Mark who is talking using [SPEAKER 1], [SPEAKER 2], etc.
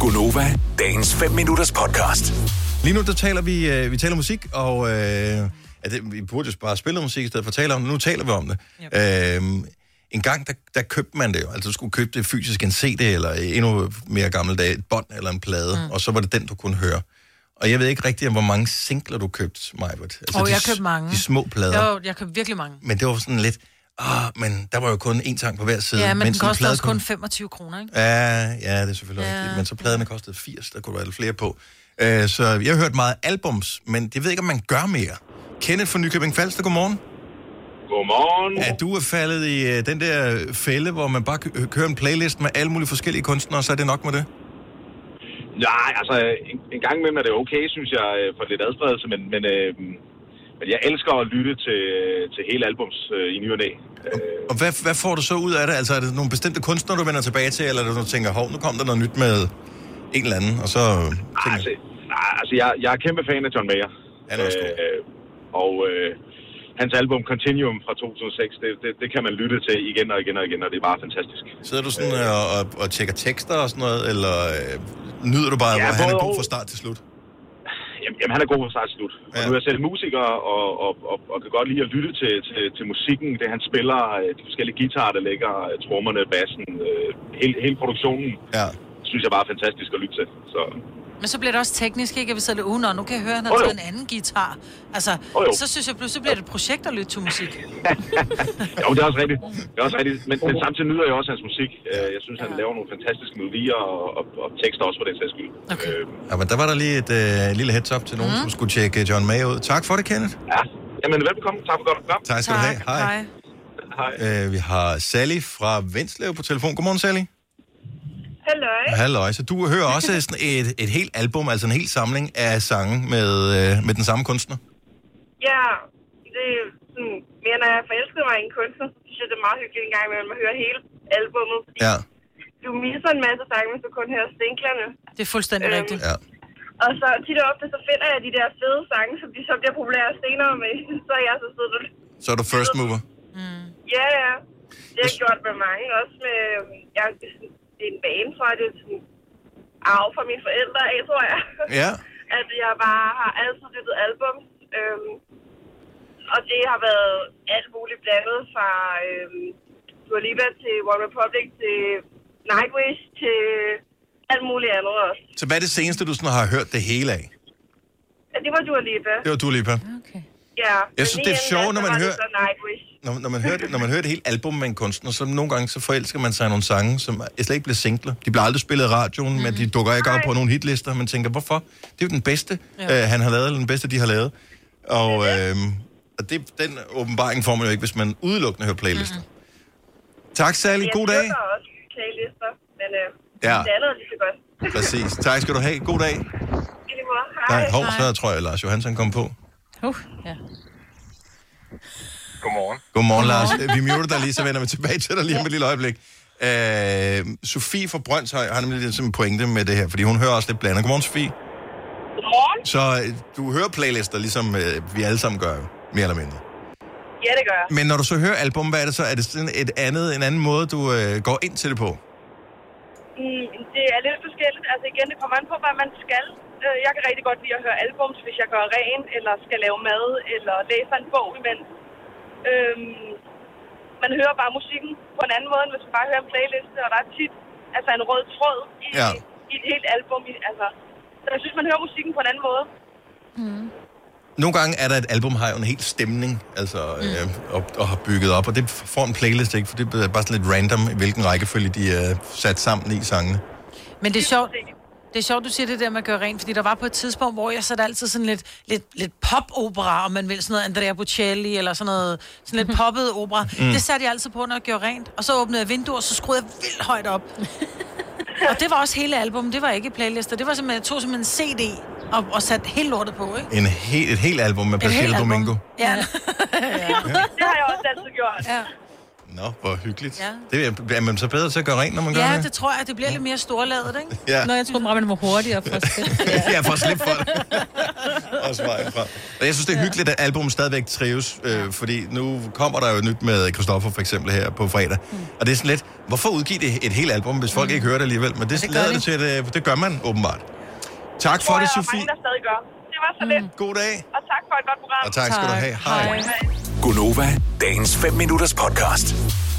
[SPEAKER 1] Gunova, dagens 5 minutters podcast.
[SPEAKER 2] Lige nu, der taler vi, øh, vi taler musik, og øh, ja, det, vi burde jo bare spille noget musik i stedet for at tale om det. Nu taler vi om det. Yep. Øh, en gang, der, der købte man det jo. Altså, du skulle købe det fysisk, en CD, eller endnu mere gamle dage, et bånd eller en plade, mm. og så var det den, du kunne høre. Og jeg ved ikke rigtig, hvor mange singler du købte, Majbert. Altså,
[SPEAKER 3] Åh, jeg
[SPEAKER 2] s-
[SPEAKER 3] købte mange.
[SPEAKER 2] De små plader.
[SPEAKER 3] Jo, jeg købte virkelig mange.
[SPEAKER 2] Men det var sådan lidt, ah, men der var jo kun én sang på hver side.
[SPEAKER 3] Ja, men den
[SPEAKER 2] mens en
[SPEAKER 3] koster
[SPEAKER 2] plade
[SPEAKER 3] også
[SPEAKER 2] kun-
[SPEAKER 3] kun 25 kroner, ikke?
[SPEAKER 2] Ja, ja, det er selvfølgelig ja.
[SPEAKER 3] Ja.
[SPEAKER 2] rigtigt. Men så pladerne kostede 80, der kunne være lidt flere på. Øh, så jeg har hørt meget albums, men det ved jeg ikke, om man gør mere. Kenneth fra Nykøbing Falster, godmorgen.
[SPEAKER 4] Godmorgen.
[SPEAKER 2] Er du faldet i øh, den der fælde, hvor man bare kø- kører en playlist med alle mulige forskellige kunstnere, og så er det nok med det?
[SPEAKER 4] Nej, altså, en, en gang imellem er det okay, synes jeg, øh, for lidt adspredelse, men, men, øh, men jeg elsker at lytte til, til hele albums øh, i ny og næ. Øh,
[SPEAKER 2] Og hvad, hvad får du så ud af det? Altså er det nogle bestemte kunstnere, du vender tilbage til, eller er det, du tænker, hov, nu kom der noget nyt med en eller anden, og så øh, tænker
[SPEAKER 4] altså, nej, altså jeg, jeg er kæmpe fan af John Mayer.
[SPEAKER 2] Han er også god.
[SPEAKER 4] Øh, og øh, hans album Continuum fra 2006, det, det, det kan man lytte til igen og igen og igen, og det er bare fantastisk.
[SPEAKER 2] Sidder du sådan øh, og, og, og tjekker tekster og sådan noget, eller øh, nyder du bare,
[SPEAKER 4] Ja,
[SPEAKER 2] hvor han er
[SPEAKER 4] både
[SPEAKER 2] god
[SPEAKER 4] og.
[SPEAKER 2] fra start til slut?
[SPEAKER 4] Jamen, jamen han er god fra start til slut. Og
[SPEAKER 2] Ja.
[SPEAKER 4] nu er jeg selv musiker, og, og, og, og kan godt lide at lytte til, til, til musikken, det han spiller, øh, de forskellige guitarer, der ligger, øh, trommerne, bassen, øh, hele, hele produktionen,
[SPEAKER 2] Ja.
[SPEAKER 4] synes jeg bare er fantastisk at lytte til. Så
[SPEAKER 3] Men så bliver det også teknisk, ikke? At vi sidder lidt udenom. Nu kan jeg høre, at han har
[SPEAKER 4] Åh, jo.
[SPEAKER 3] taget en anden guitar. Altså,
[SPEAKER 4] Åh, jo.
[SPEAKER 3] så synes jeg pludselig bliver det et projekt at lytte til musik.
[SPEAKER 4] jo, det er også rigtigt. Det er også rigtigt. Men, men samtidig nyder jeg også hans musik. Øh, Jeg synes, han laver nogle fantastiske melodier og, og, og tekster også for den sags skyld.
[SPEAKER 3] Okay.
[SPEAKER 4] Øh,
[SPEAKER 2] Ja, men der var der lige et øh, lille heads up til nogen, mm. som skulle tjekke John May ud. Tak for det, Kenneth.
[SPEAKER 4] ja. Jamen, velkommen. Tak for godt program.
[SPEAKER 2] Tak skal du have. Hej.
[SPEAKER 4] Hej.
[SPEAKER 2] Øh, vi har Sally fra Venslev på telefon. Godmorgen, Sally.
[SPEAKER 5] Halløj.
[SPEAKER 2] Halløj. Så du hører også sådan et, et helt album, altså en hel samling af sange med, øh, med den samme kunstner?
[SPEAKER 5] Ja, det er sådan, mere når jeg forelskede mig i en kunstner, så synes jeg, det er meget hyggeligt en gang imellem at høre hele albummet. Fordi
[SPEAKER 2] Ja.
[SPEAKER 5] Du misser en masse sange, hvis du kun hører singlerne.
[SPEAKER 3] Det er fuldstændig
[SPEAKER 4] Øh,
[SPEAKER 5] Øhm.
[SPEAKER 3] rigtigt.
[SPEAKER 2] ja.
[SPEAKER 5] Og så tit og ofte, så finder jeg de der fede sange, som de så bliver populære senere med. Så er jeg så sidder du...
[SPEAKER 2] Så er du first mover.
[SPEAKER 5] Ja, ja. Det har jeg gjort med mange. Også med... øhm, Jeg, det er sådan- det er en vane, tror jeg. Det er sådan arv fra mine forældre af, tror jeg.
[SPEAKER 2] Ja.
[SPEAKER 5] at jeg bare har altid lyttet album. Øhm, og det har været alt muligt blandet fra øhm, Dua Lipa til One Republic til Nightwish til alt muligt andet også.
[SPEAKER 2] Så hvad er det seneste, du sådan har hørt det hele af?
[SPEAKER 5] Ja, det var Dua Lipa.
[SPEAKER 2] Det var du, Lipa.
[SPEAKER 3] Okay.
[SPEAKER 5] Ja. men
[SPEAKER 2] synes,
[SPEAKER 5] lige
[SPEAKER 2] det er
[SPEAKER 5] inden
[SPEAKER 2] sjovt,
[SPEAKER 5] da,
[SPEAKER 2] når
[SPEAKER 5] så
[SPEAKER 2] man
[SPEAKER 5] var det
[SPEAKER 2] hører-
[SPEAKER 5] Så Nightwish.
[SPEAKER 2] Når, når, man hører, det- når man hører et helt album med en kunstner, så nogle gange så forelsker man sig i nogle sange, som er- slet ikke bliver singler. De bliver aldrig spillet i radioen, mm. men de dukker ikke op på nogle hitlister. Man tænker, hvorfor? Det er jo den bedste, ja.
[SPEAKER 3] Ja.
[SPEAKER 2] øh, han har lavet, eller den bedste, de har lavet. Og, øh, og det, den åbenbaring får man jo ikke, hvis man udelukkende hører playlister. Mm. Tak, Sally. God dag.
[SPEAKER 5] Jeg dyrker også playlister, men øh,
[SPEAKER 2] Ja.
[SPEAKER 5] det andet er lige så godt.
[SPEAKER 2] Præcis. Tak skal du have. God dag.
[SPEAKER 5] I lige måde.
[SPEAKER 2] Nej,
[SPEAKER 5] Hej.
[SPEAKER 2] hov, så tror jeg, Lars Johansson kom på.
[SPEAKER 3] Uh, ja.
[SPEAKER 6] Godmorgen.
[SPEAKER 2] Godmorgen, Lars. Vi muter dig lige, så vender vi tilbage til dig lige om et lille øjeblik. Øh, Sofie fra Brøndshøj har nemlig lidt sådan en pointe med det her, fordi hun hører også lidt blandet. Godmorgen, Sofie.
[SPEAKER 5] Godmorgen.
[SPEAKER 2] Så øh, du hører playlister, ligesom øh, vi alle sammen gør, jo, mere eller mindre.
[SPEAKER 5] Ja, det gør jeg.
[SPEAKER 2] Men når du så hører album, hvad er det så? Er det sådan et andet, en anden måde, du øh, går ind til det på?
[SPEAKER 5] Mm, det er lidt forskelligt. Altså igen, det kommer an på, hvad man skal. Øh, Jeg kan rigtig godt lide at høre albums, hvis jeg gør ren, eller skal lave mad, eller læser en bog imens. Øhm, man hører bare musikken på en anden måde, end hvis man bare hører en playliste, og der er tit altså en rød tråd i,
[SPEAKER 2] Ja.
[SPEAKER 5] ja. i et helt album. i- Altså, så jeg synes, man hører musikken på en anden måde.
[SPEAKER 2] Nogle gange er der et album, har jo en helt stemning, altså, øh, og, og har bygget op, og det får en playlist ikke, for det er bare sådan lidt random, i hvilken rækkefølge de er sat sammen i sangene.
[SPEAKER 3] Men det er sjovt, det er sjovt, du siger det der med at gøre rent, fordi der var på et tidspunkt, hvor jeg satte altid sådan lidt, lidt, lidt pop-opera, om man vil, sådan noget Andrea Bocelli, eller sådan noget, sådan lidt poppet opera. Mm. Det satte jeg altid på, når jeg gjorde rent. Og så åbnede jeg vinduer, og så skruede jeg vildt højt op. og det var også hele albumet, det var ikke playlister. Det var simpelthen, jeg tog simpelthen en CD og, og satte helt lortet på, ikke?
[SPEAKER 2] En he- et helt album med
[SPEAKER 3] Et helt
[SPEAKER 2] Placido
[SPEAKER 3] album.
[SPEAKER 2] Domingo.
[SPEAKER 3] Ja.
[SPEAKER 5] Det har jeg også altid gjort.
[SPEAKER 3] ja.
[SPEAKER 2] Nå, hvor hyggeligt. Ja. Det er, er man så bedre til at gøre rent, når man gør
[SPEAKER 3] Ja,
[SPEAKER 2] det?
[SPEAKER 3] det tror jeg, det bliver lidt mere storladet, ikke?
[SPEAKER 2] Ja.
[SPEAKER 6] Nå, jeg troede bare, man var hurtigere for at
[SPEAKER 2] Ja, for at slippe for det. Også vejen fra. Og jeg synes, det er hyggeligt, at albumet stadigvæk trives, øh, fordi nu kommer der jo nyt med Christoffer for eksempel her på fredag. Mm. Og det er sådan lidt, hvorfor udgive det et helt album, hvis folk mm. ikke hører det alligevel? Men det, ja, det lader det til, at øh, det gør man åbenbart. Tak for
[SPEAKER 5] tror
[SPEAKER 2] det,
[SPEAKER 5] jeg, og
[SPEAKER 2] Sofie.
[SPEAKER 5] øh, mange, der stadig gør. Det var så lidt.
[SPEAKER 2] God dag.
[SPEAKER 5] Og tak for et godt program.
[SPEAKER 2] Og tak skal du have. Hej.
[SPEAKER 5] Hej.
[SPEAKER 1] Gunova, dagens 5 minutters podcast.